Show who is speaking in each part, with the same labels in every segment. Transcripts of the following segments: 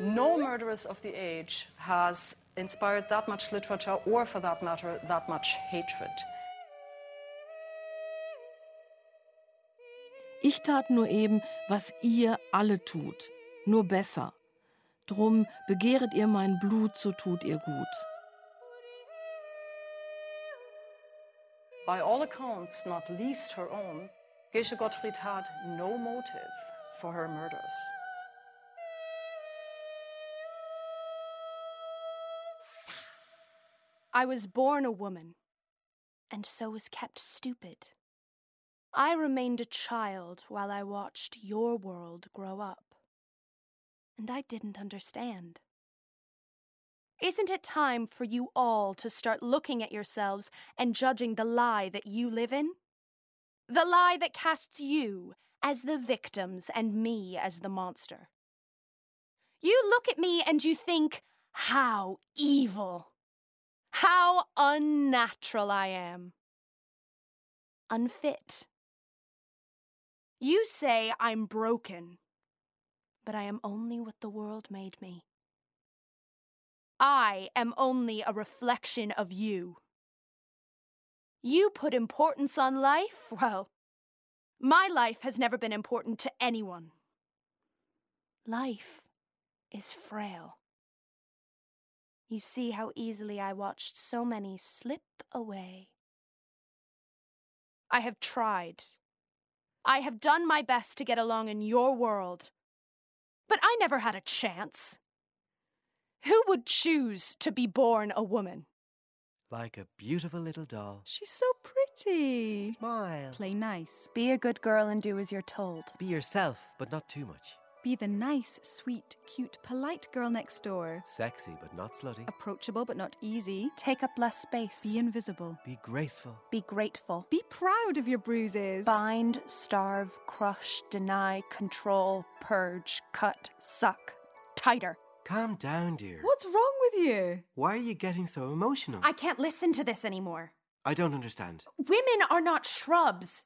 Speaker 1: No murderess of the age has inspired that much literature or, for that matter, that much hatred.
Speaker 2: Ich tat nur eben, was ihr alle tut, nur besser. Drum begehret ihr mein Blut, so tut ihr gut.
Speaker 1: By all accounts, not least her own, Gesche Gottfried had no motive for her murders.
Speaker 3: I was born a woman, and so was kept stupid. I remained a child while I watched your world grow up. And I didn't understand. Isn't it time for you all to start looking at yourselves and judging the lie that you live in? The lie that casts you as the victims and me as the monster. You look at me and you think, how evil, how unnatural I am, unfit. You say I'm broken, but I am only what the world made me. I am only a reflection of you. You put importance on life? Well, my life has never been important to anyone. Life is frail. You see how easily I watched so many slip away. I have tried. I have done my best to get along in your world. But I never had a chance. Who would choose to be born a woman?
Speaker 4: Like a beautiful little doll.
Speaker 5: She's so pretty.
Speaker 4: Smile.
Speaker 5: Play nice.
Speaker 6: Be a good girl and do as you're told.
Speaker 4: Be yourself, but not too much.
Speaker 5: Be the nice, sweet, cute, polite girl next door.
Speaker 4: Sexy, but not slutty.
Speaker 5: Approachable but not easy.
Speaker 6: Take up less space.
Speaker 5: Be invisible.
Speaker 4: Be graceful.
Speaker 6: Be grateful.
Speaker 5: Be proud of your bruises.
Speaker 6: Bind, starve, crush, deny, control, purge, cut, suck. Tighter.
Speaker 4: Calm down, dear.
Speaker 5: What's wrong with you?
Speaker 4: Why are you getting so emotional?
Speaker 3: I can't listen to this anymore.
Speaker 4: I don't understand.
Speaker 3: Women are not shrubs.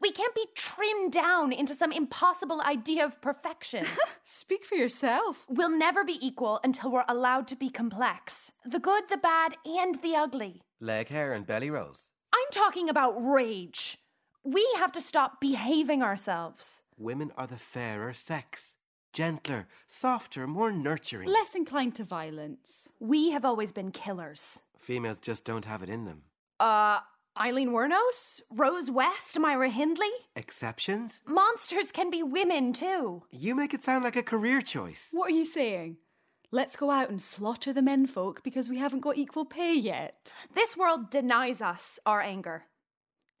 Speaker 3: We can't be trimmed down into some impossible idea of perfection.
Speaker 5: Speak for yourself.
Speaker 3: we'll never be equal until we're allowed to be complex the good, the bad, and the ugly.
Speaker 4: Leg hair and belly rolls.
Speaker 3: I'm talking about rage. We have to stop behaving ourselves.
Speaker 4: Women are the fairer sex. Gentler, softer, more nurturing.
Speaker 5: Less inclined to violence.
Speaker 3: We have always been killers.
Speaker 4: Females just don't have it in them.
Speaker 3: Uh, Eileen Wernos? Rose West? Myra Hindley?
Speaker 4: Exceptions?
Speaker 3: Monsters can be women, too.
Speaker 4: You make it sound like a career choice.
Speaker 5: What are you saying? Let's go out and slaughter the menfolk because we haven't got equal pay yet.
Speaker 3: This world denies us our anger.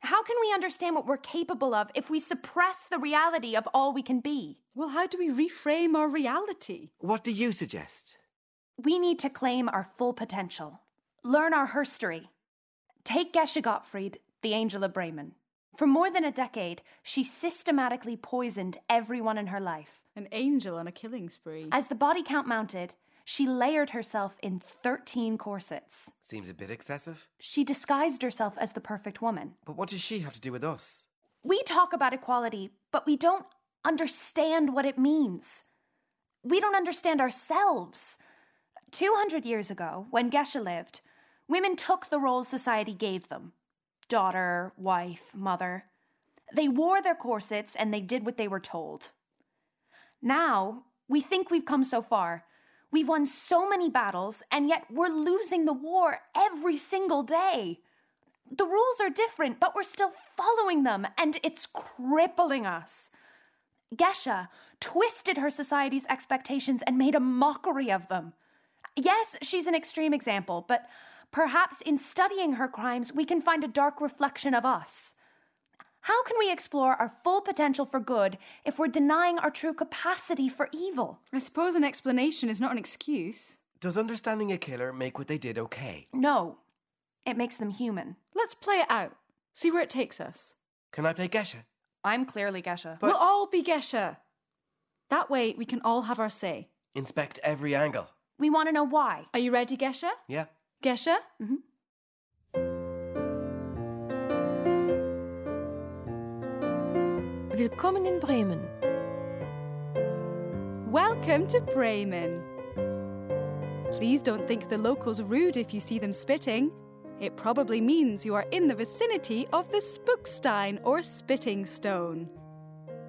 Speaker 3: How can we understand what we're capable of if we suppress the reality of all we can be?
Speaker 5: Well, how do we reframe our reality?
Speaker 4: What do you suggest?
Speaker 3: We need to claim our full potential, learn our history. Take Geshe Gottfried, the Angel of Bremen. For more than a decade, she systematically poisoned everyone in her life.
Speaker 5: An angel on a killing spree.
Speaker 3: As the body count mounted, she layered herself in 13 corsets.
Speaker 4: Seems a bit excessive.
Speaker 3: She disguised herself as the perfect woman.
Speaker 4: But what does she have to do with us?
Speaker 3: We talk about equality, but we don't understand what it means. We don't understand ourselves. 200 years ago, when Geshe lived, women took the roles society gave them daughter, wife, mother. They wore their corsets and they did what they were told. Now, we think we've come so far. We've won so many battles, and yet we're losing the war every single day. The rules are different, but we're still following them, and it's crippling us. Gesha twisted her society's expectations and made a mockery of them. Yes, she's an extreme example, but perhaps in studying her crimes, we can find a dark reflection of us. How can we explore our full potential for good if we're denying our true capacity for evil?
Speaker 5: I suppose an explanation is not an excuse.
Speaker 4: Does understanding a killer make what they did okay?
Speaker 3: No, it makes them human.
Speaker 5: Let's play it out. See where it takes us.
Speaker 4: Can I play Gesha?
Speaker 3: I'm clearly Gesha.
Speaker 4: But-
Speaker 5: we'll all be Gesha. That way we can all have our say.
Speaker 4: Inspect every angle.
Speaker 3: We want to know why.
Speaker 5: Are you ready, Gesha?
Speaker 4: Yeah.
Speaker 5: Gesha?
Speaker 2: Willkommen in Bremen.
Speaker 5: Welcome to Bremen.
Speaker 7: Please don't think the locals rude if you see them spitting. It probably means you are in the vicinity of the Spookstein or Spitting Stone.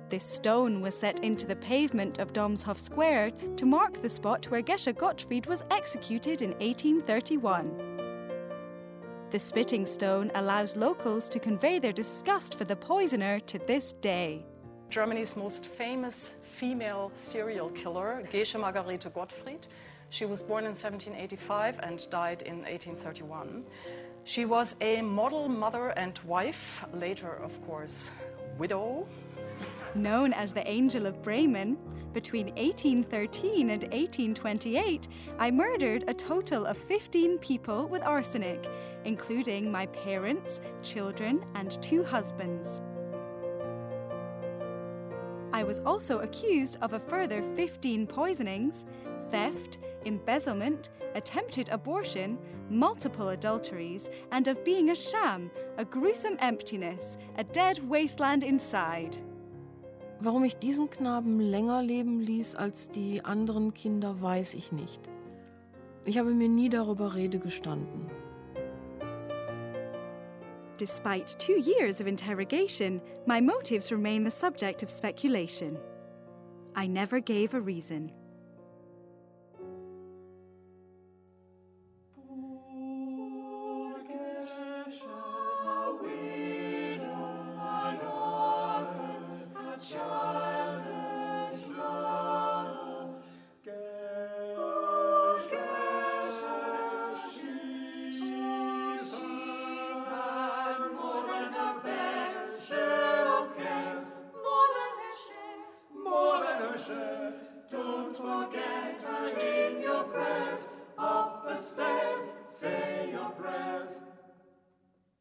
Speaker 7: This stone was set into the pavement of Domshof Square to mark the spot where Gesche Gottfried was executed in 1831. The Spitting Stone allows locals to convey their disgust for the poisoner to this day.
Speaker 1: Germany's most famous female serial killer, Gesche Margarete Gottfried. She was born in 1785 and died in 1831. She was a model mother and wife, later, of course, widow.
Speaker 7: Known as the Angel of Bremen, between 1813 and 1828, I murdered a total of 15 people with arsenic, including my parents, children, and two husbands. I was also accused of a further 15 poisonings, theft, embezzlement, attempted abortion, multiple adulteries, and of being a sham, a gruesome emptiness, a dead wasteland inside.
Speaker 2: Warum ich diesen Knaben länger leben ließ als die anderen Kinder, weiß ich nicht. Ich habe mir nie darüber Rede gestanden.
Speaker 7: Despite two years of interrogation, my motives remain the subject of speculation. I never gave a reason.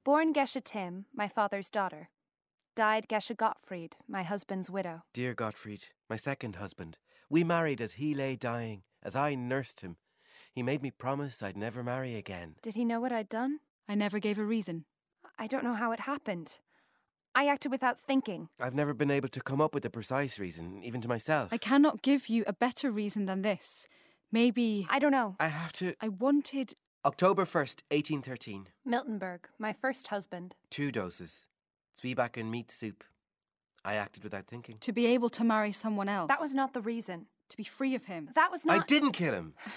Speaker 3: Born Geshe Tim, my father's daughter. Died Geshe Gottfried, my husband's widow.
Speaker 4: Dear Gottfried, my second husband, we married as he lay dying, as I nursed him. He made me promise I'd never marry again.
Speaker 3: Did he know what I'd done?
Speaker 7: I never gave a reason.
Speaker 3: I don't know how it happened. I acted without thinking.
Speaker 4: I've never been able to come up with a precise reason, even to myself.
Speaker 7: I cannot give you a better reason than this. Maybe
Speaker 3: I don't know.
Speaker 4: I have to.
Speaker 7: I wanted.
Speaker 4: October 1st, 1813.
Speaker 3: Miltenberg, my first husband.
Speaker 4: Two doses. Zwieback and meat soup. I acted without thinking.
Speaker 7: To be able to marry someone else.
Speaker 3: That was not the reason.
Speaker 7: To be free of him.
Speaker 3: That was
Speaker 4: I
Speaker 3: not.
Speaker 4: didn't kill him.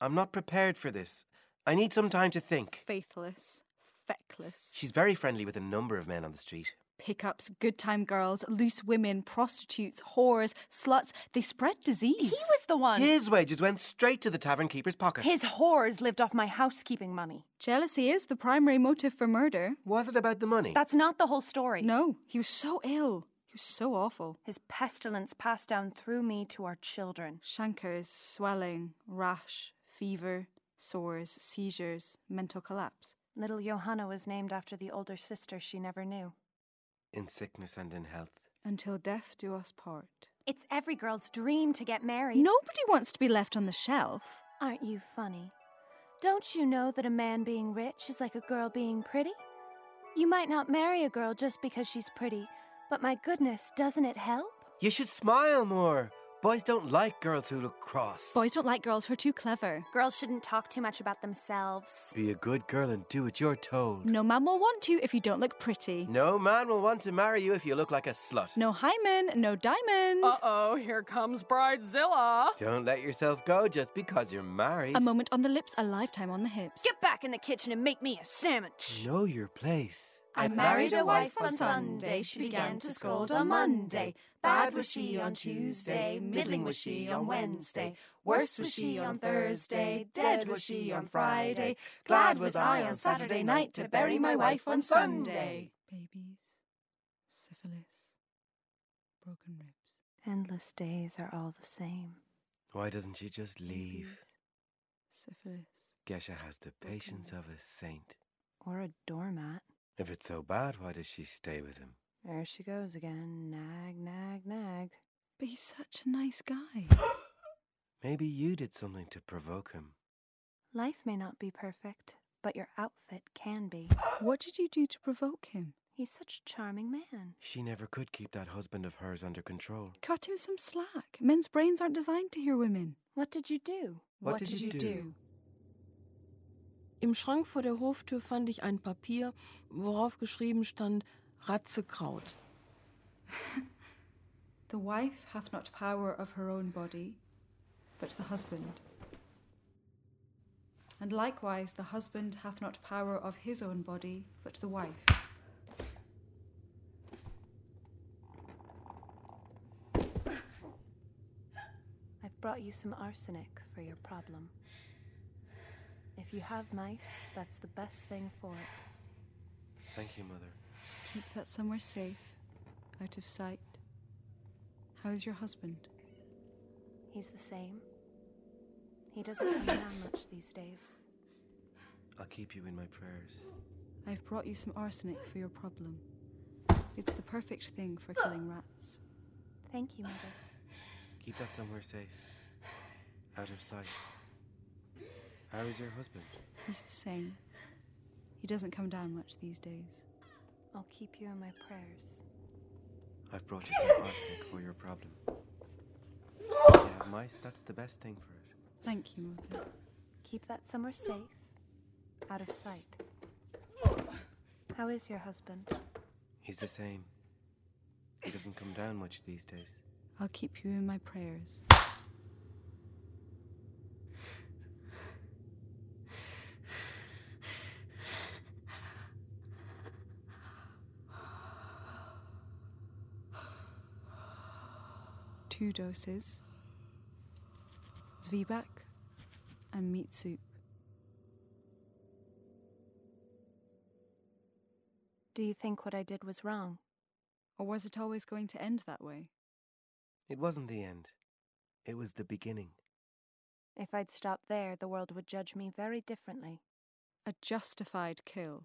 Speaker 4: I'm not prepared for this. I need some time to think.
Speaker 7: Faithless. Feckless.
Speaker 4: She's very friendly with a number of men on the street.
Speaker 7: Pickups, good time girls, loose women, prostitutes, whores, sluts. They spread disease.
Speaker 3: He was the one.
Speaker 4: His wages went straight to the tavern keeper's pocket.
Speaker 3: His whores lived off my housekeeping money.
Speaker 7: Jealousy is the primary motive for murder.
Speaker 4: Was it about the money?
Speaker 3: That's not the whole story.
Speaker 7: No, he was so ill. He was so awful.
Speaker 3: His pestilence passed down through me to our children.
Speaker 7: Chankers, swelling, rash, fever, sores, seizures, mental collapse.
Speaker 3: Little Johanna was named after the older sister she never knew.
Speaker 4: in sickness and in health.
Speaker 7: Until death do us part.
Speaker 3: It's every girl's dream to get married.
Speaker 7: Nobody wants to be left on the shelf.
Speaker 3: Aren't you funny? Don't you know that a man being rich is like a girl being pretty? You might not marry a girl just because she's pretty, but my goodness, doesn't it help?
Speaker 4: You should smile more. Boys don't like girls who look cross.
Speaker 7: Boys don't like girls who are too clever.
Speaker 3: Girls shouldn't talk too much about themselves.
Speaker 4: Be a good girl and do what you're told.
Speaker 7: No man will want to if you don't look pretty.
Speaker 4: No man will want to marry you if you look like a slut.
Speaker 7: No hymen, no diamond.
Speaker 1: oh, here comes Bridezilla.
Speaker 4: Don't let yourself go just because you're married.
Speaker 7: a moment on the lips, a lifetime on the hips.
Speaker 8: Get back in the kitchen and make me a sandwich.
Speaker 4: know your place.
Speaker 7: I married a wife on Sunday, she began to scold on Monday. Bad was she on Tuesday, middling was she on Wednesday. Worse was she on Thursday, dead was she on Friday. Glad was I on Saturday night to bury my wife on Sunday. Babies, syphilis, broken ribs.
Speaker 3: Endless days are all the same.
Speaker 4: Why doesn't she just leave?
Speaker 7: Syphilis.
Speaker 4: Gesha has the patience of a saint.
Speaker 3: Or a doormat.
Speaker 4: If it's so bad, why does she stay with him?
Speaker 3: There she goes again. Nag, nag, nag.
Speaker 7: But he's such a nice guy.
Speaker 4: Maybe you did something to provoke him.
Speaker 3: Life may not be perfect, but your outfit can be.
Speaker 7: What did you do to provoke him?
Speaker 3: He's such a charming man.
Speaker 4: She never could keep that husband of hers under control.
Speaker 7: Cut him some slack. Men's brains aren't designed to hear women.
Speaker 3: What did you do?
Speaker 4: What did you do?
Speaker 2: Im Schrank vor der Hoftür fand ich ein Papier, worauf geschrieben stand Ratzekraut.
Speaker 7: The wife hath not power of her own body, but the husband. And likewise, the husband hath not power of his own body, but the wife.
Speaker 3: I've brought you some arsenic for your problem. If you have mice, that's the best thing for it.
Speaker 4: Thank you, Mother.
Speaker 7: Keep that somewhere safe, out of sight. How is your husband?
Speaker 3: He's the same. He doesn't come down much these days.
Speaker 4: I'll keep you in my prayers.
Speaker 7: I've brought you some arsenic for your problem. It's the perfect thing for killing rats.
Speaker 3: Thank you, Mother.
Speaker 4: Keep that somewhere safe. Out of sight. How is your husband?
Speaker 7: He's the same. He doesn't come down much these days.
Speaker 3: I'll keep you in my prayers.
Speaker 4: I've brought you some arsenic for your problem. If you have mice, that's the best thing for it.
Speaker 7: Thank you, Mother.
Speaker 3: Keep that somewhere safe, out of sight. How is your husband?
Speaker 4: He's the same. He doesn't come down much these days.
Speaker 7: I'll keep you in my prayers. Two doses Zwieback and meat soup.
Speaker 3: Do you think what I did was wrong?
Speaker 7: Or was it always going to end that way?
Speaker 4: It wasn't the end. It was the beginning.
Speaker 3: If I'd stopped there, the world would judge me very differently.
Speaker 7: A justified kill.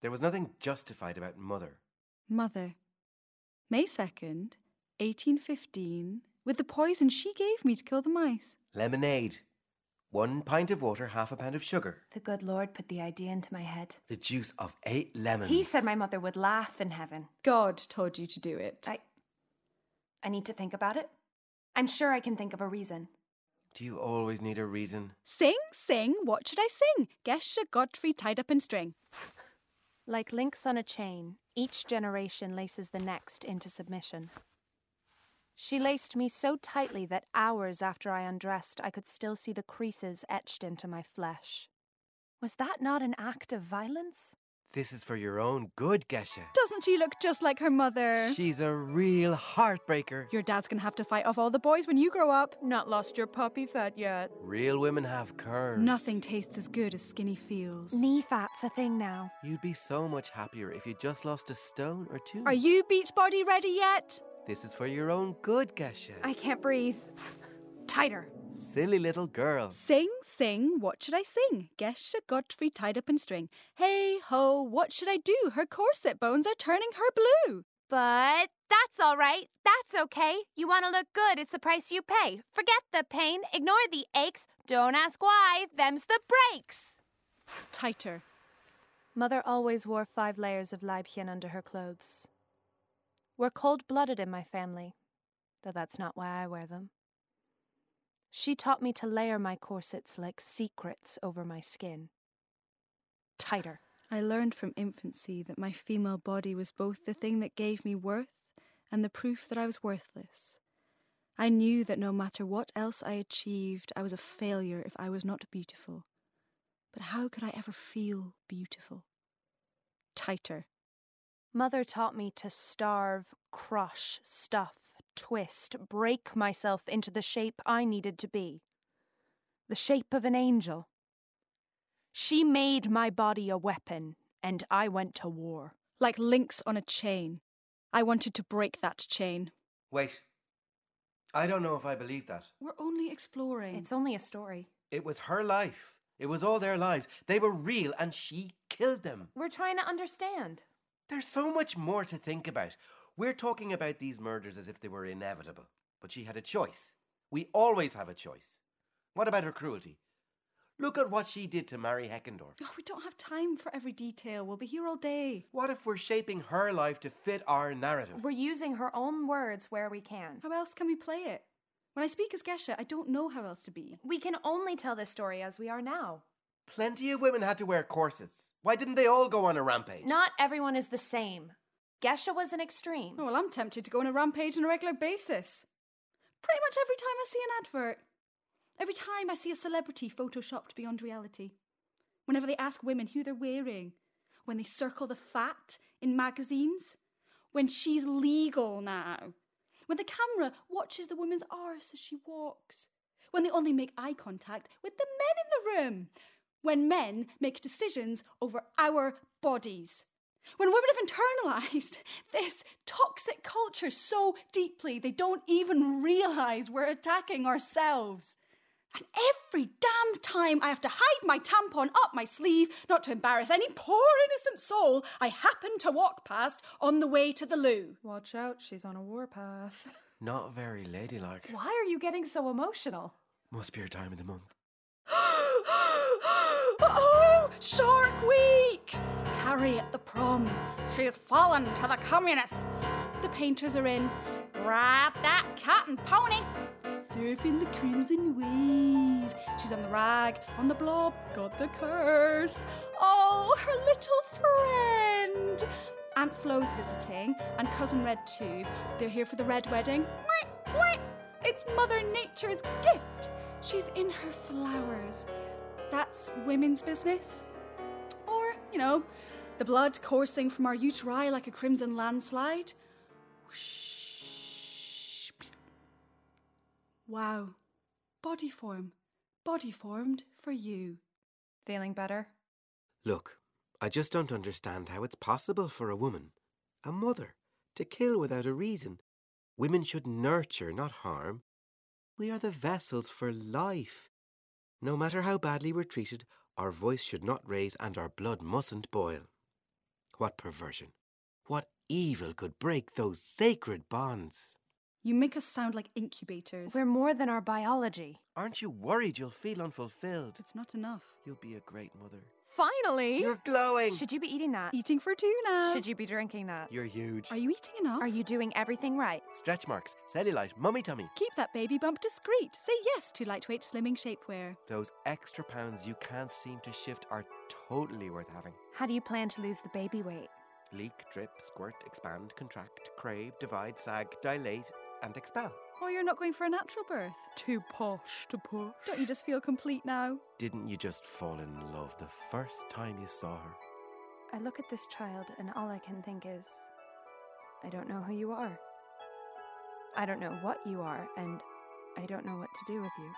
Speaker 4: There was nothing justified about Mother.
Speaker 7: Mother, May 2nd, 1815, with the poison she gave me to kill the mice.
Speaker 4: Lemonade. One pint of water, half a pound of sugar.
Speaker 9: The good Lord put the idea into my head.
Speaker 4: The juice of eight lemons.
Speaker 9: He said my mother would laugh in heaven.
Speaker 7: God told you to do it.
Speaker 9: I. I need to think about it. I'm sure I can think of a reason.
Speaker 4: Do you always need a reason?
Speaker 7: Sing, sing, what should I sing? Gesha Godfrey tied up in string.
Speaker 3: Like links on a chain, each generation laces the next into submission. She laced me so tightly that hours after I undressed, I could still see the creases etched into my flesh. Was that not an act of violence?
Speaker 4: This is for your own good, Gesha.
Speaker 7: Doesn't she look just like her mother?
Speaker 4: She's a real heartbreaker.
Speaker 7: Your dad's gonna have to fight off all the boys when you grow up. Not lost your puppy fat yet.
Speaker 4: Real women have curves.
Speaker 7: Nothing tastes as good as skinny feels.
Speaker 3: Knee fat's a thing now.
Speaker 4: You'd be so much happier if you just lost a stone or two.
Speaker 7: Are you beach body ready yet?
Speaker 4: This is for your own good, Gesha.
Speaker 7: I can't breathe. Tighter.
Speaker 4: Silly little girl.
Speaker 7: Sing, sing, what should I sing? Gesha Godfrey tied up in string. Hey ho, what should I do? Her corset bones are turning her blue.
Speaker 3: But that's all right. That's okay. You want to look good, it's the price you pay. Forget the pain, ignore the aches. Don't ask why, them's the breaks.
Speaker 7: Tighter.
Speaker 3: Mother always wore five layers of Leibchen under her clothes. We're cold blooded in my family, though that's not why I wear them. She taught me to layer my corsets like secrets over my skin. Tighter.
Speaker 7: I learned from infancy that my female body was both the thing that gave me worth and the proof that I was worthless. I knew that no matter what else I achieved, I was a failure if I was not beautiful. But how could I ever feel beautiful? Tighter.
Speaker 3: Mother taught me to starve, crush, stuff, twist, break myself into the shape I needed to be the shape of an angel. She made my body a weapon, and I went to war.
Speaker 7: Like links on a chain. I wanted to break that chain.
Speaker 4: Wait. I don't know if I believe that.
Speaker 7: We're only exploring.
Speaker 9: It's only a story.
Speaker 4: It was her life. It was all their lives. They were real and she killed them.
Speaker 9: We're trying to understand.
Speaker 4: There's so much more to think about. We're talking about these murders as if they were inevitable, but she had a choice. We always have a choice. What about her cruelty? Look at what she did to Mary Heckendorf.
Speaker 7: Oh, we don't have time for every detail. We'll be here all day.
Speaker 4: What if we're shaping her life to fit our narrative?
Speaker 3: We're using her own words where we can.
Speaker 7: How else can we play it? When I speak as Gesha, I don't know how else to be.
Speaker 3: We can only tell this story as we are now.
Speaker 4: Plenty of women had to wear corsets. Why didn't they all go on a rampage?
Speaker 3: Not everyone is the same. Gesha was an extreme.
Speaker 7: Oh, well, I'm tempted to go on a rampage on a regular basis. Pretty much every time I see an advert. Every time I see a celebrity photoshopped beyond reality. Whenever they ask women who they're wearing. When they circle the fat in magazines. When she's legal now. When the camera watches the woman's arse as she walks. When they only make eye contact with the men in the room. When men make decisions over our bodies. When women have internalized this toxic culture so deeply, they don't even realize we're attacking ourselves. And every damn time I have to hide my tampon up my sleeve, not to embarrass any poor innocent soul I happen to walk past on the way to the loo.
Speaker 10: Watch out, she's on a warpath.
Speaker 4: Not very ladylike.
Speaker 3: Why are you getting so emotional?
Speaker 4: Must be her time of the month.
Speaker 7: oh, Shark Week! Carrie at the prom. She's fallen to the communists. The painters are in. Ride that cat and pony. Surfing the crimson wave. She's on the rag, on the blob, got the curse. Oh, her little friend. Aunt Flo's visiting, and Cousin Red too. They're here for the Red Wedding. Mwah, mwah. It's Mother Nature's gift. She's in her flowers. That's women's business. Or, you know, the blood coursing from our uteri like a crimson landslide. Whoosh. Wow. Body form. Body formed for you.
Speaker 10: Feeling better?
Speaker 4: Look, I just don't understand how it's possible for a woman, a mother, to kill without a reason. Women should nurture, not harm. We are the vessels for life. No matter how badly we're treated, our voice should not raise and our blood mustn't boil. What perversion! What evil could break those sacred bonds?
Speaker 7: You make us sound like incubators.
Speaker 3: We're more than our biology.
Speaker 4: Aren't you worried you'll feel unfulfilled?
Speaker 7: it's not enough.
Speaker 4: You'll be a great mother.
Speaker 3: Finally!
Speaker 4: You're glowing!
Speaker 3: Should you be eating that?
Speaker 7: Eating for two now.
Speaker 3: Should you be drinking that?
Speaker 4: You're huge.
Speaker 7: Are you eating enough?
Speaker 3: Are you doing everything right?
Speaker 4: Stretch marks, cellulite, mummy tummy.
Speaker 7: Keep that baby bump discreet. Say yes to lightweight slimming shapewear.
Speaker 4: Those extra pounds you can't seem to shift are totally worth having.
Speaker 3: How do you plan to lose the baby weight?
Speaker 4: Leak, drip, squirt, expand, contract, crave, divide, sag, dilate, and expel.
Speaker 7: Or you're not going for a natural birth.
Speaker 10: Too posh to push.
Speaker 7: Don't you just feel complete now?
Speaker 4: Didn't you just fall in love the first time you saw her?
Speaker 3: I look at this child, and all I can think is, I don't know who you are. I don't know what you are, and I don't know what to do with you.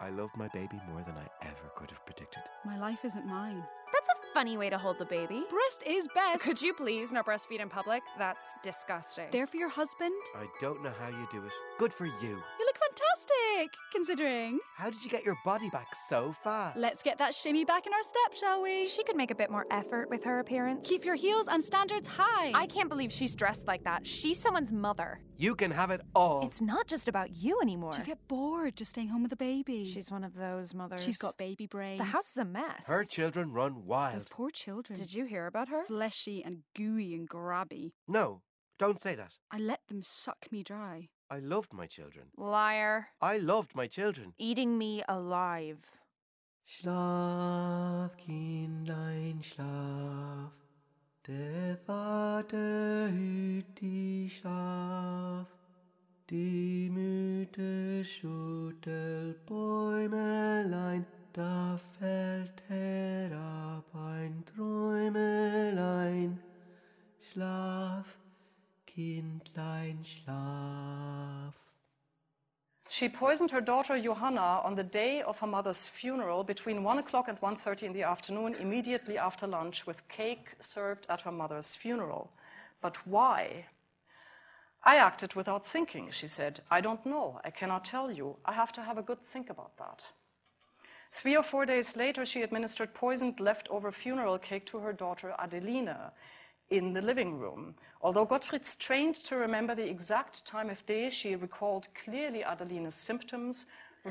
Speaker 4: I loved my baby more than I ever could have predicted.
Speaker 7: My life isn't mine.
Speaker 3: That's a funny way to hold the baby.
Speaker 7: Breast is best.
Speaker 10: Could you please not breastfeed in public? That's disgusting.
Speaker 7: There for your husband?
Speaker 4: I don't know how you do it. Good for you.
Speaker 7: You look fantastic, considering.
Speaker 4: How did you get your body back so fast?
Speaker 7: Let's get that shimmy back in our step, shall we?
Speaker 3: She could make a bit more effort with her appearance.
Speaker 7: Keep your heels and standards high.
Speaker 3: I can't believe she's dressed like that. She's someone's mother.
Speaker 4: You can have it all.
Speaker 3: It's not just about you anymore.
Speaker 7: Do you get bored just staying home with a baby?
Speaker 3: She's one of those mothers.
Speaker 7: She's got baby brain.
Speaker 3: The house is a mess.
Speaker 4: Her children run wild.
Speaker 7: Those poor children.
Speaker 3: Did you hear about her?
Speaker 7: Fleshy and gooey and grabby.
Speaker 4: No, don't say that.
Speaker 7: I let them suck me dry.
Speaker 4: I loved my children.
Speaker 3: Liar.
Speaker 4: I loved my children.
Speaker 3: Eating me alive.
Speaker 11: Schlaf, Kindlein, schlaf, der Vater hüt die Schaf, die Mütter schüttelt Bäumelein, da fällt herab ein Träumelein. Schlaf, Kindlein, schlaf.
Speaker 1: She poisoned her daughter Johanna on the day of her mother's funeral between 1 o'clock and 1.30 in the afternoon, immediately after lunch, with cake served at her mother's funeral. But why? I acted without thinking, she said. I don't know. I cannot tell you. I have to have a good think about that. Three or four days later, she administered poisoned leftover funeral cake to her daughter Adelina in the living room. Although Gottfried strained to remember the exact time of day, she recalled clearly Adelina's symptoms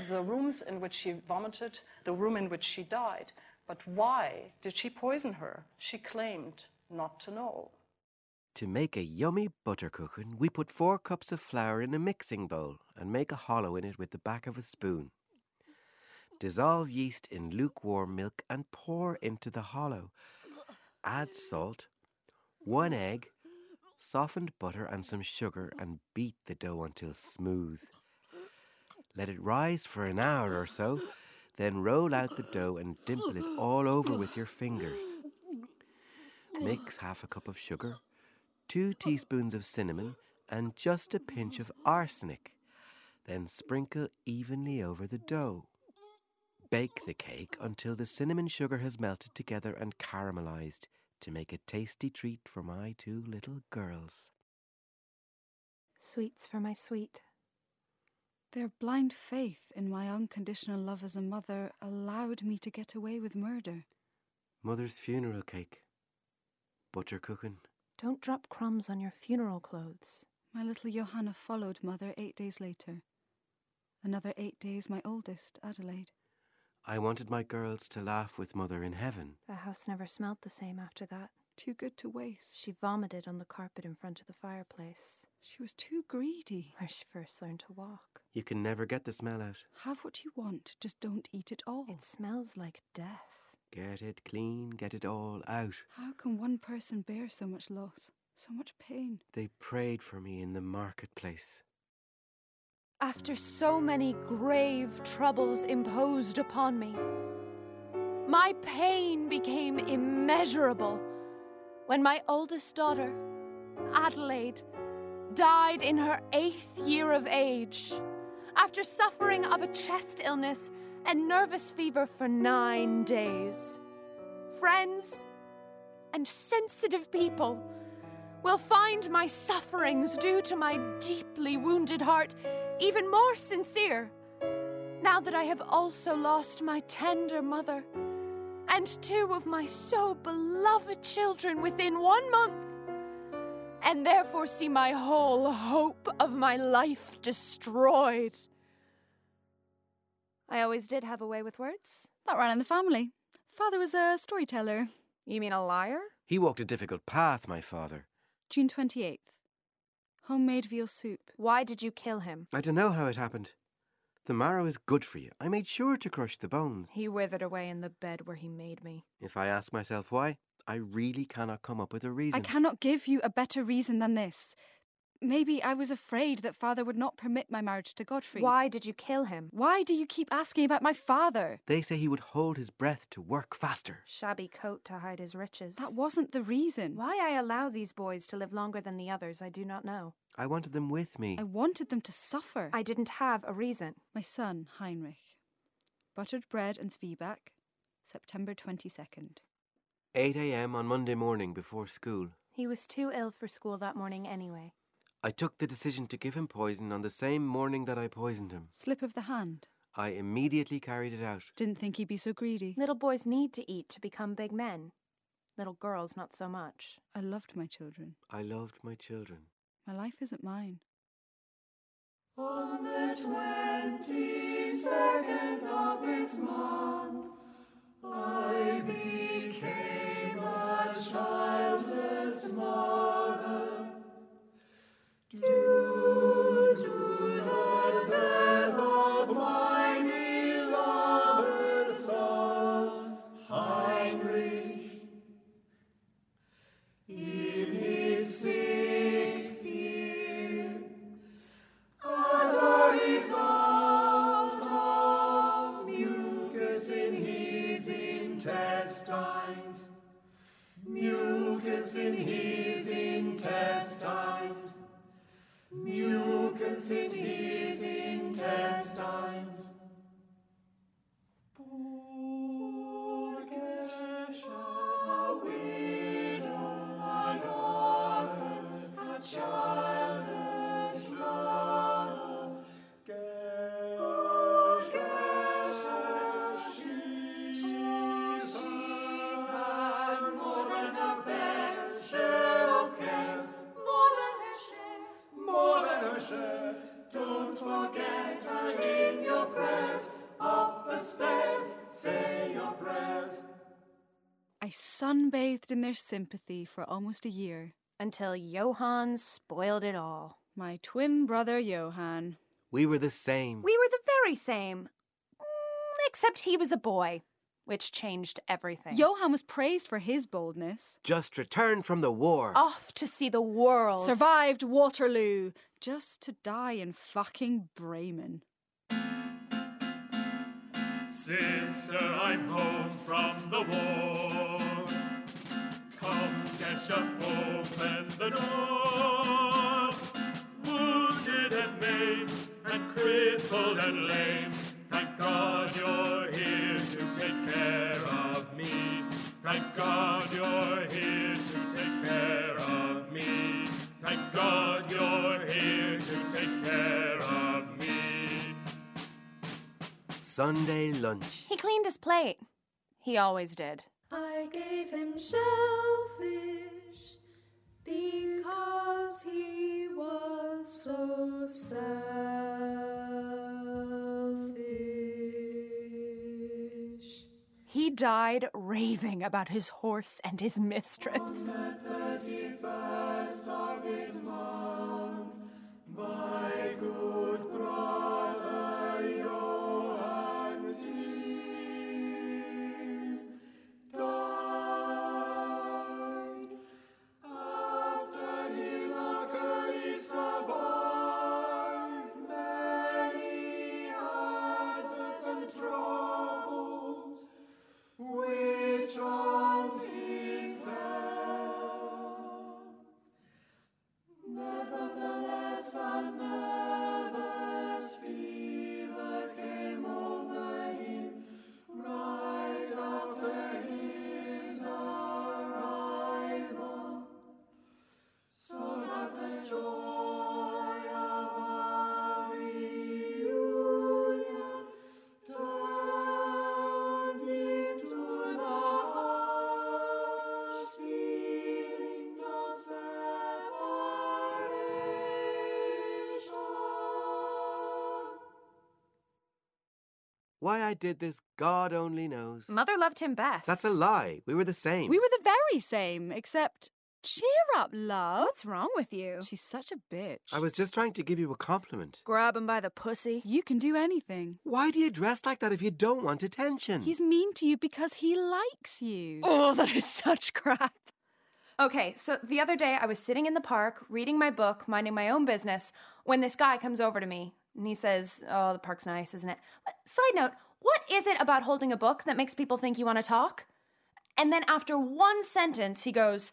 Speaker 1: the rooms in which she vomited, the room in which she died. But why did she poison her? She claimed not to know.
Speaker 4: To make a yummy butterkuchen, we put four cups of flour in a mixing bowl and make a hollow in it with the back of a spoon. Dissolve yeast in lukewarm milk and pour into the hollow. Add salt, one egg, softened butter, and some sugar and beat the dough until smooth. Let it rise for an hour or so, then roll out the dough and dimple it all over with your fingers. Mix half a cup of sugar, two teaspoons of cinnamon, and just a pinch of arsenic. Then sprinkle evenly over the dough. Bake the cake until the cinnamon sugar has melted together and caramelized to make a tasty treat for my two little girls.
Speaker 3: Sweets for my sweet.
Speaker 7: Their blind faith in my unconditional love as a mother allowed me to get away with murder.
Speaker 4: Mother's funeral cake. Butterkuchen.
Speaker 3: Don't drop crumbs on your funeral clothes.
Speaker 7: My little Johanna followed mother eight days later. Another eight days, my oldest, Adelaide.
Speaker 4: I wanted my girls to laugh with mother in heaven.
Speaker 3: The house never smelled the same after that.
Speaker 7: Too good to waste.
Speaker 3: She vomited on the carpet in front of the fireplace,
Speaker 7: She was too greedy.
Speaker 3: where she first learned to walk.
Speaker 4: You can never get the smell out.
Speaker 7: Have what you want, just don't eat it all.
Speaker 3: It smells like death.
Speaker 4: Get it clean, get it all out.
Speaker 7: How can one person bear so much loss, so much pain?
Speaker 4: They prayed for me in the marketplace.
Speaker 3: after so many grave troubles imposed upon me. My pain became immeasurable when my oldest daughter, Adelaide, died in her eighth year of age after suffering of a chest illness and nervous fever for nine days. Friends and sensitive people will find my sufferings due to my deeply wounded heart even more sincere now that I have also lost my tender mother and two of my so beloved children within one month, and therefore see my whole hope of my life destroyed. I always did have a way with words.
Speaker 7: That ran in the family. Father was a storyteller.
Speaker 10: You mean a liar?
Speaker 4: He walked a difficult path, my father.
Speaker 7: June 28th. Homemade veal soup.
Speaker 3: Why did you kill him?
Speaker 4: I don't know how it happened. The marrow is good for you. I made sure to crush the bones.
Speaker 3: He withered away in the bed where he made me.
Speaker 4: If I ask myself why, I really cannot come up with a reason.
Speaker 7: I cannot give you a better reason than this. Maybe I was afraid that father would not permit my marriage to Godfrey.
Speaker 3: Why did you kill him?
Speaker 7: Why do you keep asking about my father?
Speaker 4: They say he would hold his breath to work faster.
Speaker 3: Shabby coat to hide his riches.
Speaker 7: That wasn't the reason.
Speaker 3: Why I allow these boys to live longer than the others, I do not know.
Speaker 4: I wanted them with me.
Speaker 7: I wanted them to suffer.
Speaker 3: I didn't have a reason.
Speaker 7: My son, Heinrich. Buttered bread and Zwieback, September 22nd.
Speaker 4: 8 a.m. on Monday morning before school.
Speaker 3: He was too ill for school that morning anyway.
Speaker 4: I took the decision to give him poison on the same morning that I poisoned him.
Speaker 7: Slip of the hand.
Speaker 4: I immediately carried it out.
Speaker 7: Didn't think he'd be so greedy.
Speaker 3: Little boys need to eat to become big men. Little girls, not so much.
Speaker 7: I loved my children.
Speaker 4: I loved my children.
Speaker 7: My life isn't mine.
Speaker 11: More than a share. Don't forget, I'm in your prayer.
Speaker 7: sunbathed in their sympathy for almost a year.
Speaker 3: Until Johann spoiled it all.
Speaker 7: My twin brother Johann.
Speaker 4: We were the same.
Speaker 3: We were the very same. Mm, Except he was a boy, which changed everything.
Speaker 7: Johann was praised for his boldness.
Speaker 4: Just returned from the
Speaker 7: Oh,
Speaker 4: war.
Speaker 3: Off to see the world.
Speaker 7: Survived Waterloo, just to die in fucking Bremen.
Speaker 12: Sister, I'm home from the war. Come, Kesha, open the door. Wounded and maimed, and crippled and lame. Thank God you're here to take care of me. Thank God you're here to take care of me. Thank God you're here to take care of me.
Speaker 4: Sunday lunch.
Speaker 3: He cleaned his plate. He always did.
Speaker 5: I gave him shellfish because he was so selfish.
Speaker 9: He died raving about his horse and his mistress.
Speaker 4: Why I did this, God only knows.
Speaker 10: Mother loved him best.
Speaker 4: That's a lie. We were the same.
Speaker 7: We were the very same, except cheer up, love.
Speaker 10: What's wrong with you?
Speaker 7: She's such a bitch.
Speaker 4: I was just trying to give you a compliment.
Speaker 8: Grab him by the pussy.
Speaker 7: You can do anything.
Speaker 4: Why do you dress like that if you don't want attention?
Speaker 7: He's mean to you because he likes you.
Speaker 10: Oh, that is such crap.
Speaker 3: Okay, so the other day I was sitting in the park reading my book, minding my own business, when this guy comes over to me and he says, Oh, the park's nice, isn't it? But side note, what is it about holding a book that makes people think you want to talk? And then after one sentence, he goes,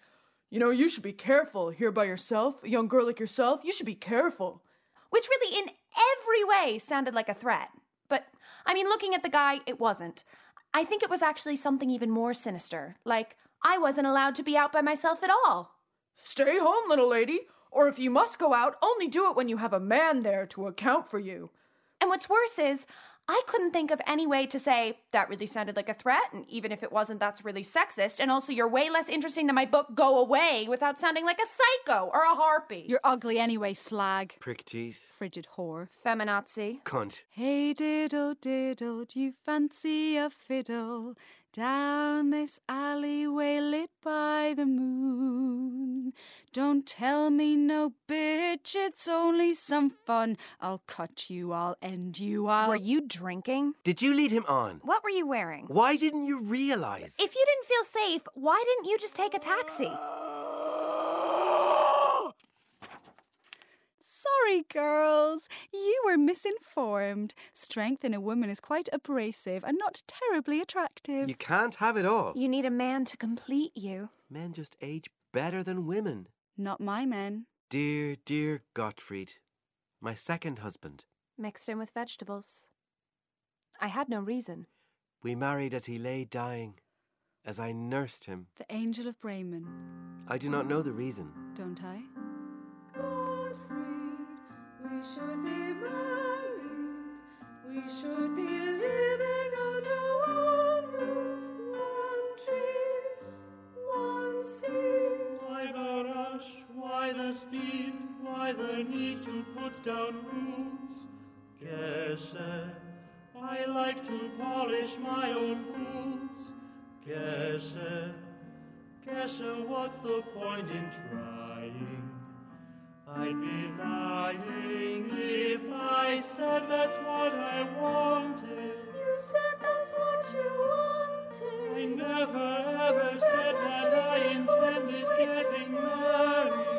Speaker 13: You know, you should be careful here by yourself, a young girl like yourself, you should be careful.
Speaker 3: which really in every way sounded like a threat. But I mean, looking at the guy, it wasn't. I think it was actually something even more sinister. Like, I wasn't allowed to be out by myself at all.
Speaker 13: Stay home, little lady, or if you must go out, only do it when you have a man there to account for you.
Speaker 3: And what's worse is, I couldn't think of any way to say, that really sounded like a threat, and even if it wasn't, that's really sexist, and also you're way less interesting than my book, Go Away, without sounding like a psycho or a harpy.
Speaker 7: You're ugly anyway, slag.
Speaker 4: Prick teeth.
Speaker 7: Frigid whore.
Speaker 3: feminazi.
Speaker 4: Cunt.
Speaker 7: Hey, diddle, diddle, do you fancy a fiddle? Down this alleyway lit by the moon. Don't tell me no, bitch, it's only some fun. I'll cut you, I'll end you, I'll.
Speaker 3: Were you drinking?
Speaker 4: Did you lead him on?
Speaker 3: Uh, What were you wearing?
Speaker 4: Why didn't you realize?
Speaker 3: If you didn't feel safe, why didn't you just take a taxi?
Speaker 7: Sorry, girls. You were misinformed. Strength in a woman is quite abrasive and not terribly attractive.
Speaker 4: You can't have it all.
Speaker 3: You need a man to complete you.
Speaker 4: Men just age better than women.
Speaker 7: Not my men.
Speaker 4: Dear, dear Gottfried, my second husband.
Speaker 3: Mixed in with vegetables. I had no reason.
Speaker 4: We married as he lay dying, as I nursed him.
Speaker 7: The Angel of Bremen,
Speaker 4: I do not know the reason.
Speaker 7: don't I?
Speaker 5: Godfrey, we should be married. We should be living under one roof, one tree, one sea.
Speaker 12: Why the rush? Why the speed? Why the need to put down roots? Geshe, I like to polish my own boots. Geshe, Kesha, what's the point in trying? I'd be lying if I said that's what I wanted.
Speaker 5: You said that's what you wanted.
Speaker 12: I never ever
Speaker 5: said
Speaker 12: said
Speaker 5: last week
Speaker 12: that I
Speaker 5: we couldn't
Speaker 12: intended
Speaker 5: wait to
Speaker 12: getting married.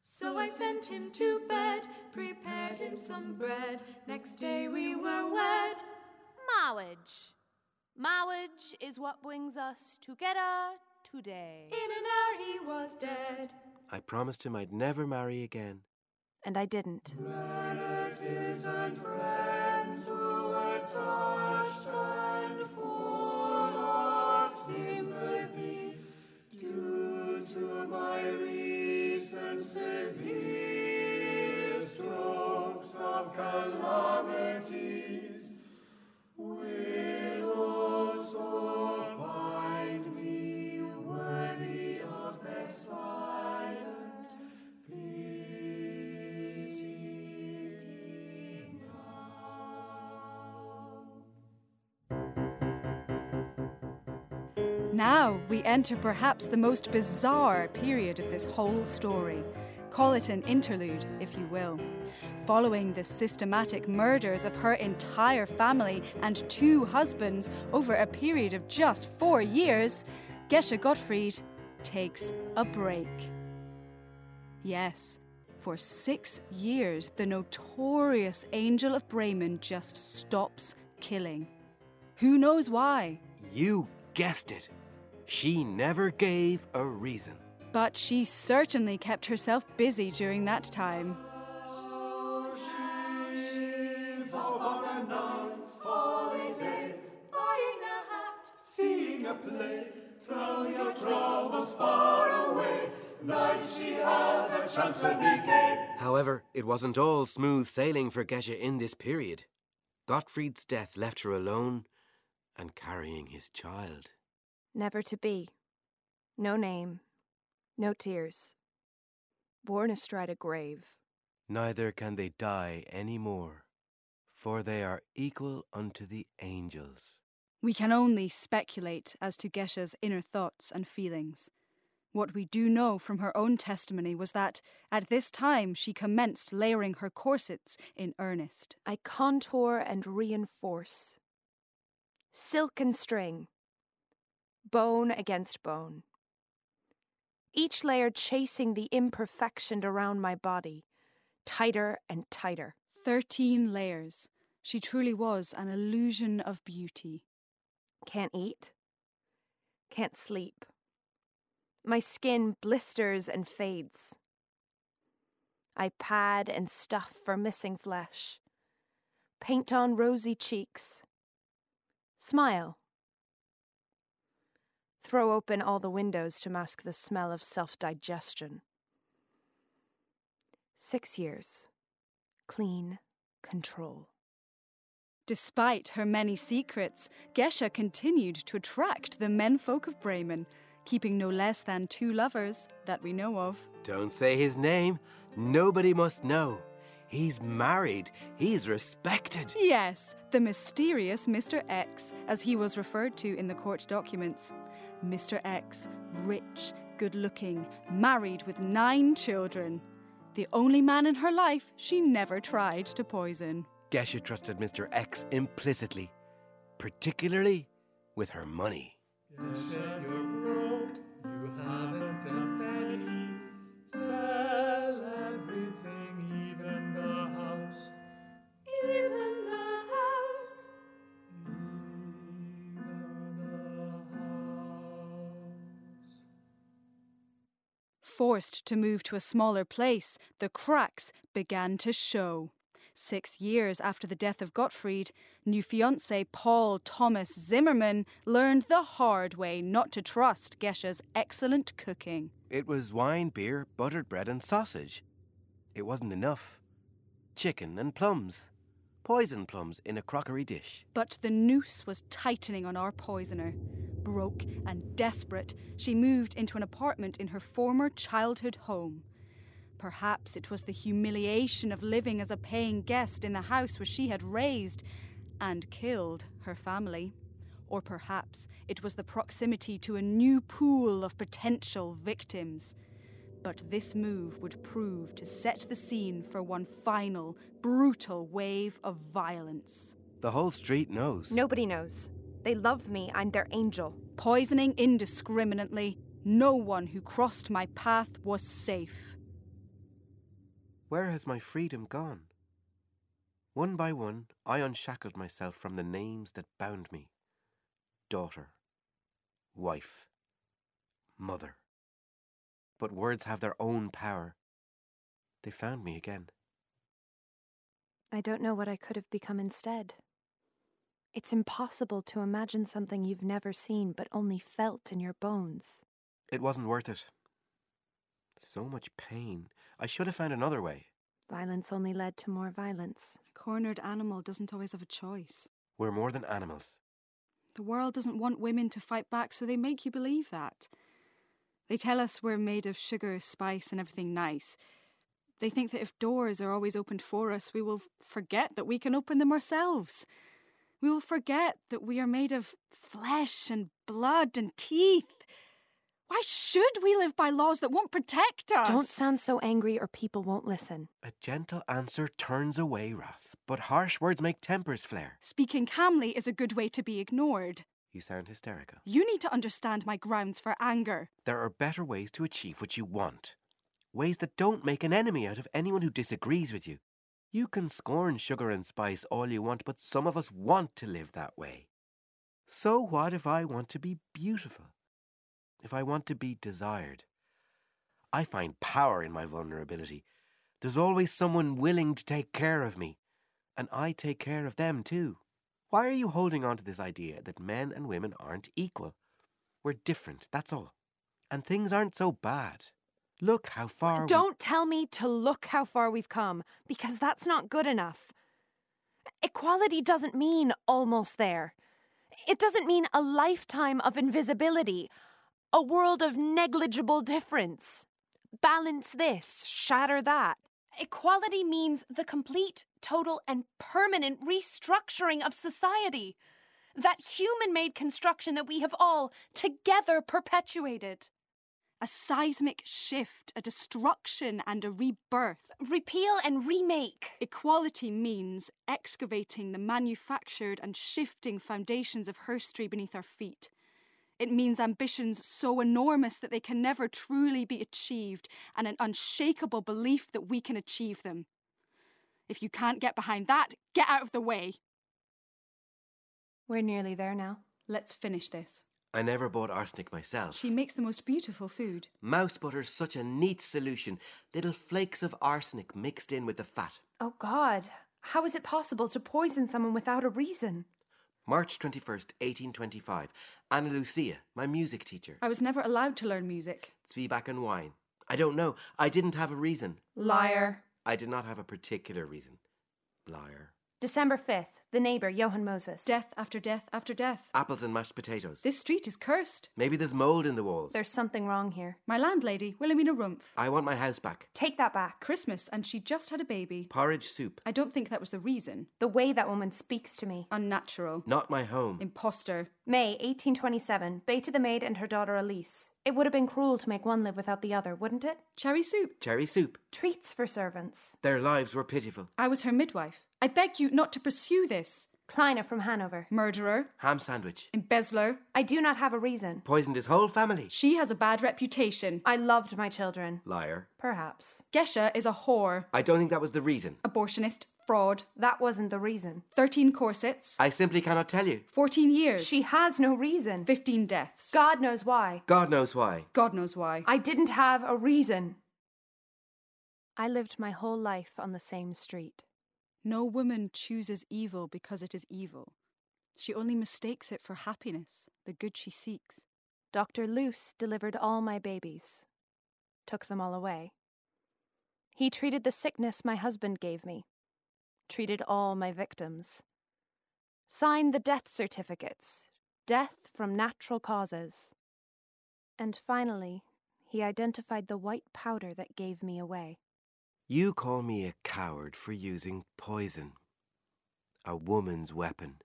Speaker 5: So I sent him to bed, prepared him some bread. Next day we were wed.
Speaker 3: Marriage. Marriage is what brings us together today.
Speaker 5: In an hour he was dead.
Speaker 4: I promised him I'd never marry again.
Speaker 3: And I didn't.
Speaker 5: Relatives and friends who were touched and full of sympathy due to my recent severe strokes of calamities will also find me worthy of their silent pity now.
Speaker 7: Now we enter perhaps the most bizarre period of this whole story. Call it an interlude, if you will. Following the systematic murders of her entire family and two husbands over a period of just four years, Gesche Gottfried takes a break. Yes, for six years, the notorious Angel of Bremen just stops killing. Who knows why?
Speaker 4: You guessed it. She never gave a reason.
Speaker 7: But she certainly kept herself busy during that time.
Speaker 5: She's off on a nice holiday, buying a hat, seeing a play. Throw your troubles far away. Nice she has a chance to be gay.
Speaker 4: However, it wasn't all smooth sailing for Gesche in this period. Gottfried's death left her alone and carrying his child.
Speaker 3: Never to be. No name. No tears. Born astride a grave.
Speaker 4: Neither can they die any more, for they are equal unto the angels.
Speaker 7: We can only speculate as to Geshe's inner thoughts and feelings. What we do know from her own testimony was that, at this time, she commenced layering her corsets in earnest.
Speaker 3: I contour and reinforce. Silk and string. Bone against bone. Each layer chasing the imperfection around my body, tighter and tighter.
Speaker 7: Thirteen layers. She truly was an illusion of beauty.
Speaker 3: Can't eat. Can't sleep. My skin blisters and fades. I pad and stuff for missing flesh. Paint on rosy cheeks. Smile. Throw open all the windows to mask the smell of self digestion. Six years. Clean control.
Speaker 7: Despite her many secrets, Gesche continued to attract the menfolk of Bremen, keeping no less than two lovers that we know of.
Speaker 4: Don't say his name. Nobody must know. He's married. He's respected.
Speaker 7: Yes, the mysterious Mr. X, as he was referred to in the court documents. Mr. X, rich, good looking, married with nine children. The only man in her life she never tried to poison.
Speaker 4: Geshe trusted Mr. X implicitly, particularly with her money.
Speaker 12: Gesha, you're broke. You haven't a penny. Sell everything, even the house.
Speaker 5: Even the house.
Speaker 7: Forced to move to a smaller place, the cracks began to show. Six years after the death of Gottfried, new fiance Paul Thomas Zimmerman learned the hard way not to trust Geshe's excellent cooking.
Speaker 4: It was wine, beer, buttered bread, and sausage. It wasn't enough. Chicken and plums. Poison plums in a crockery dish.
Speaker 7: But the noose was tightening on our poisoner. Broke and desperate, she moved into an apartment in her former childhood home. Perhaps it was the humiliation of living as a paying guest in the house where she had raised and killed her family. Or perhaps it was the proximity to a new pool of potential victims. But this move would prove to set the scene for one final, brutal wave of violence.
Speaker 4: The whole street knows.
Speaker 3: Nobody knows. They love me. I'm their angel.
Speaker 7: Poisoning indiscriminately, no one who crossed my path was safe.
Speaker 4: Where has my freedom gone? One by one, I unshackled myself from the names that bound me daughter, wife, mother. But words have their own power. They found me again.
Speaker 3: I don't know what I could have become instead. It's impossible to imagine something you've never seen but only felt in your bones.
Speaker 4: It wasn't worth it. So much pain. I should have found another way.
Speaker 3: Violence only led to more violence.
Speaker 7: A cornered animal doesn't always have a choice.
Speaker 4: We're more than animals.
Speaker 7: The world doesn't want women to fight back, so they make you believe that. They tell us we're made of sugar, spice, and everything nice. They think that if doors are always opened for us, we will forget that we can open them ourselves. We will forget that we are made of flesh and blood and teeth. Why should we live by laws that won't protect us?
Speaker 3: Don't sound so angry or people won't listen.
Speaker 4: A gentle answer turns away wrath, but harsh words make tempers flare.
Speaker 7: Speaking calmly is a good way to be ignored.
Speaker 4: You sound hysterical.
Speaker 7: You need to understand my grounds for anger.
Speaker 4: There are better ways to achieve what you want. Ways that don't make an enemy out of anyone who disagrees with you. You can scorn sugar and spice all you want, but some of us want to live that way. So what if I want to be beautiful? If I want to be desired? I find power in my vulnerability. There's always someone willing to take care of me, and I take care of them too. Why are you holding on to this idea that men and women aren't equal? We're different, that's all. And things aren't so bad. Look how far.
Speaker 3: Don't tell me to look how far we've come, because that's not good enough. Equality doesn't mean almost there. It doesn't mean a lifetime of invisibility, a world of negligible difference. Balance this, shatter that. Equality means the complete, total, and permanent restructuring of society. That human made construction that we have all together perpetuated
Speaker 7: a seismic shift, a destruction, and a rebirth.
Speaker 3: Repeal and remake.
Speaker 7: Equality means excavating the manufactured and shifting foundations of herstory beneath our feet. It means ambitions so enormous that they can never truly be achieved and an unshakable belief that we can achieve them. If you can't get behind that, get out of the way.
Speaker 3: We're nearly there now.
Speaker 7: Let's finish this.
Speaker 4: I never bought arsenic myself.
Speaker 7: She makes the most beautiful food.
Speaker 4: Mouse butter's such a neat solution. Little flakes of arsenic mixed in with the fat.
Speaker 3: Oh, God. How is it possible to poison someone without a reason?
Speaker 4: March 21st, 1825. Anna Lucia, my music teacher.
Speaker 7: I was never allowed to learn music.
Speaker 4: Zwieback and wine. I don't know. I didn't have a reason.
Speaker 7: Liar.
Speaker 4: I did not have a particular reason. Liar.
Speaker 3: December 5th, the neighbor, Johann Moses.
Speaker 7: Death after death after death.
Speaker 4: Apples and mashed potatoes.
Speaker 7: This street is cursed.
Speaker 4: Maybe there's mold in the walls.
Speaker 3: There's something wrong here.
Speaker 7: My landlady, Wilhelmina Rumpf.
Speaker 4: I want my house back.
Speaker 3: Take that back.
Speaker 7: Christmas, and she just had a baby.
Speaker 4: Porridge soup.
Speaker 7: I don't think that was the reason.
Speaker 3: The way that woman speaks to me.
Speaker 7: Unnatural.
Speaker 4: Not my home.
Speaker 7: Imposter.
Speaker 3: May 1827. Beta the maid and her daughter Elise. It would have been cruel to make one live without the other, wouldn't it?
Speaker 7: Cherry soup.
Speaker 4: Cherry soup.
Speaker 3: Treats for servants.
Speaker 4: Their lives were pitiful.
Speaker 7: I was her midwife. I beg you not to pursue this.
Speaker 3: Kleiner from Hanover.
Speaker 7: Murderer.
Speaker 4: Ham sandwich.
Speaker 7: Embezzler.
Speaker 3: I do not have a reason.
Speaker 4: Poisoned his whole family.
Speaker 7: She has a bad reputation.
Speaker 3: I loved my children.
Speaker 4: Liar.
Speaker 3: Perhaps.
Speaker 7: Gesha is a whore.
Speaker 4: I don't think that was the reason.
Speaker 7: Abortionist. Fraud.
Speaker 3: That wasn't the reason.
Speaker 7: 13 corsets.
Speaker 4: I simply cannot tell you.
Speaker 7: 14 years.
Speaker 3: She has no reason.
Speaker 7: 15 deaths.
Speaker 3: God knows why.
Speaker 4: God knows why.
Speaker 7: God knows why.
Speaker 3: I didn't have a reason. I lived my whole life on the same street.
Speaker 7: No woman chooses evil because it is evil. She only mistakes it for happiness, the good she seeks.
Speaker 3: Dr. Luce delivered all my babies, took them all away. He treated the sickness my husband gave me, treated all my victims, signed the death certificates, death from natural causes. And finally, he identified the white powder that gave me away.
Speaker 4: You call me a coward for using poison, a woman's weapon.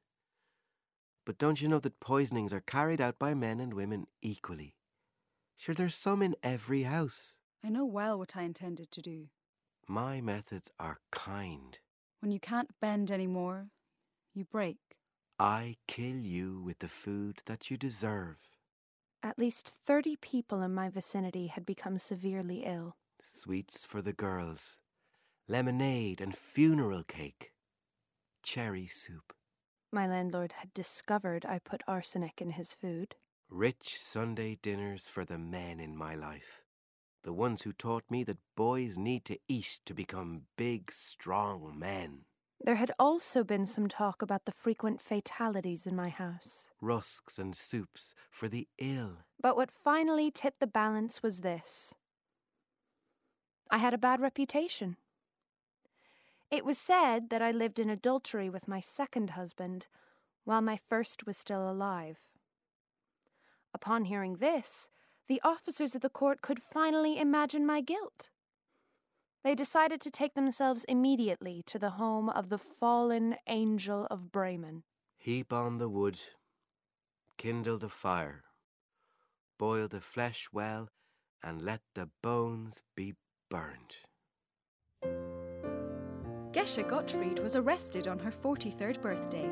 Speaker 4: But don't you know that poisonings are carried out by men and women equally? Sure, there's some in every house.
Speaker 7: I know well what I intended to do.
Speaker 4: My methods are kind.
Speaker 7: When you can't bend any more, you break.
Speaker 4: I kill you with the food that you deserve.
Speaker 3: At least 30 people in my vicinity had become severely ill.
Speaker 4: Sweets for the girls, lemonade and funeral cake, cherry soup.
Speaker 3: My landlord had discovered I put arsenic in his food.
Speaker 4: Rich Sunday dinners for the men in my life. The ones who taught me that boys need to eat to become big, strong men.
Speaker 3: There had also been some talk about the frequent fatalities in my house.
Speaker 4: Rusks and soups for the ill.
Speaker 3: But what finally tipped the balance was this I had a bad reputation. It was said that I lived in adultery with my second husband while my first was still alive. Upon hearing this, the officers of the court could finally imagine my guilt they decided to take themselves immediately to the home of the fallen angel of Bremen.
Speaker 4: Heap on the wood, kindle the fire, boil the flesh well, and let the bones be burned.
Speaker 7: Gesche Gottfried was arrested on her 43rd birthday.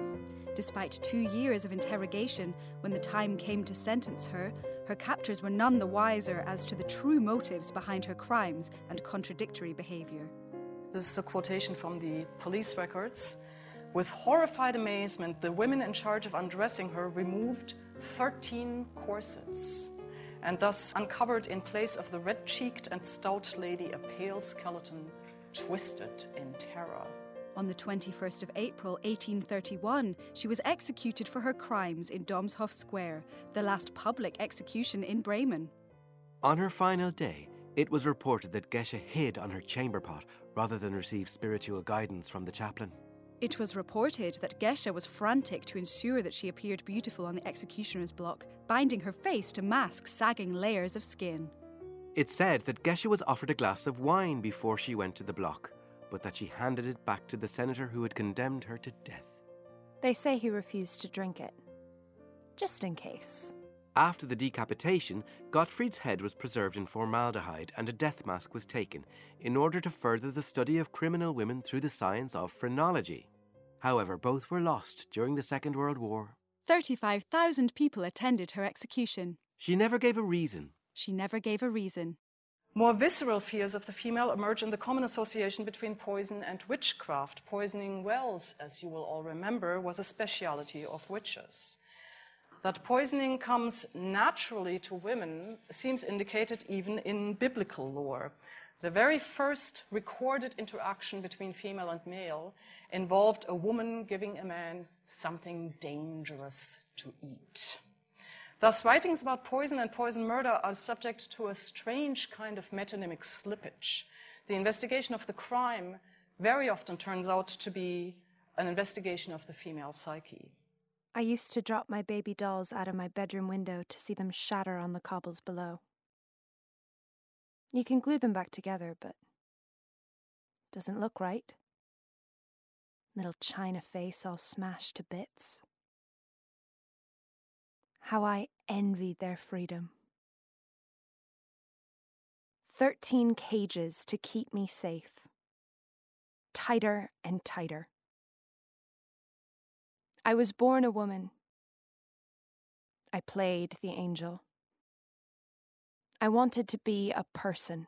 Speaker 7: Despite two years of interrogation, when the time came to sentence her, her captors were none the wiser as to the true motives behind her crimes and contradictory behaviour.
Speaker 1: This is a quotation from the police records. With horrified amazement, the women in charge of undressing her removed 13 corsets and thus uncovered in place of the red cheeked and stout lady a pale skeleton twisted in terror.
Speaker 7: On the 21st of April 1831, she was executed for her crimes in Domshof Square, the last public execution in Bremen.
Speaker 4: On her final day, it was reported that Gesche hid on her chamber pot rather than receive spiritual guidance from the chaplain.
Speaker 7: It was reported that Gesche was frantic to ensure that she appeared beautiful on the executioner's block, binding her face to mask sagging layers of skin.
Speaker 4: It said that Gesche was offered a glass of wine before she went to the block but that she handed it back to the senator who had condemned her to death.
Speaker 3: They say he refused to drink it. Just in case.
Speaker 4: After the decapitation, Gottfried's head was preserved in formaldehyde and a death mask was taken in order to further the study of criminal women through the science of phrenology. However, both were lost during the Second World War.
Speaker 7: 35,000 people attended her execution.
Speaker 4: She never gave a reason.
Speaker 7: She never gave a reason.
Speaker 1: More visceral fears of the female emerge in the common association between poison and witchcraft. Poisoning wells, as you will all remember, was a speciality of witches. That poisoning comes naturally to women seems indicated even in biblical lore. The very first recorded interaction between female and male involved a woman giving a man something dangerous to eat. Thus, writings about poison and poison murder are subject to a strange kind of metonymic slippage. The investigation of the crime very often turns out to be an investigation of the female psyche.
Speaker 3: I used to drop my baby dolls out of my bedroom window to see them shatter on the cobbles below. You can glue them back together, but doesn't look right. Little china face all smashed to bits how I envied their freedom. Thirteen cages to keep me safe. Tighter and tighter. I was born a woman. I played the angel. I wanted to be a person.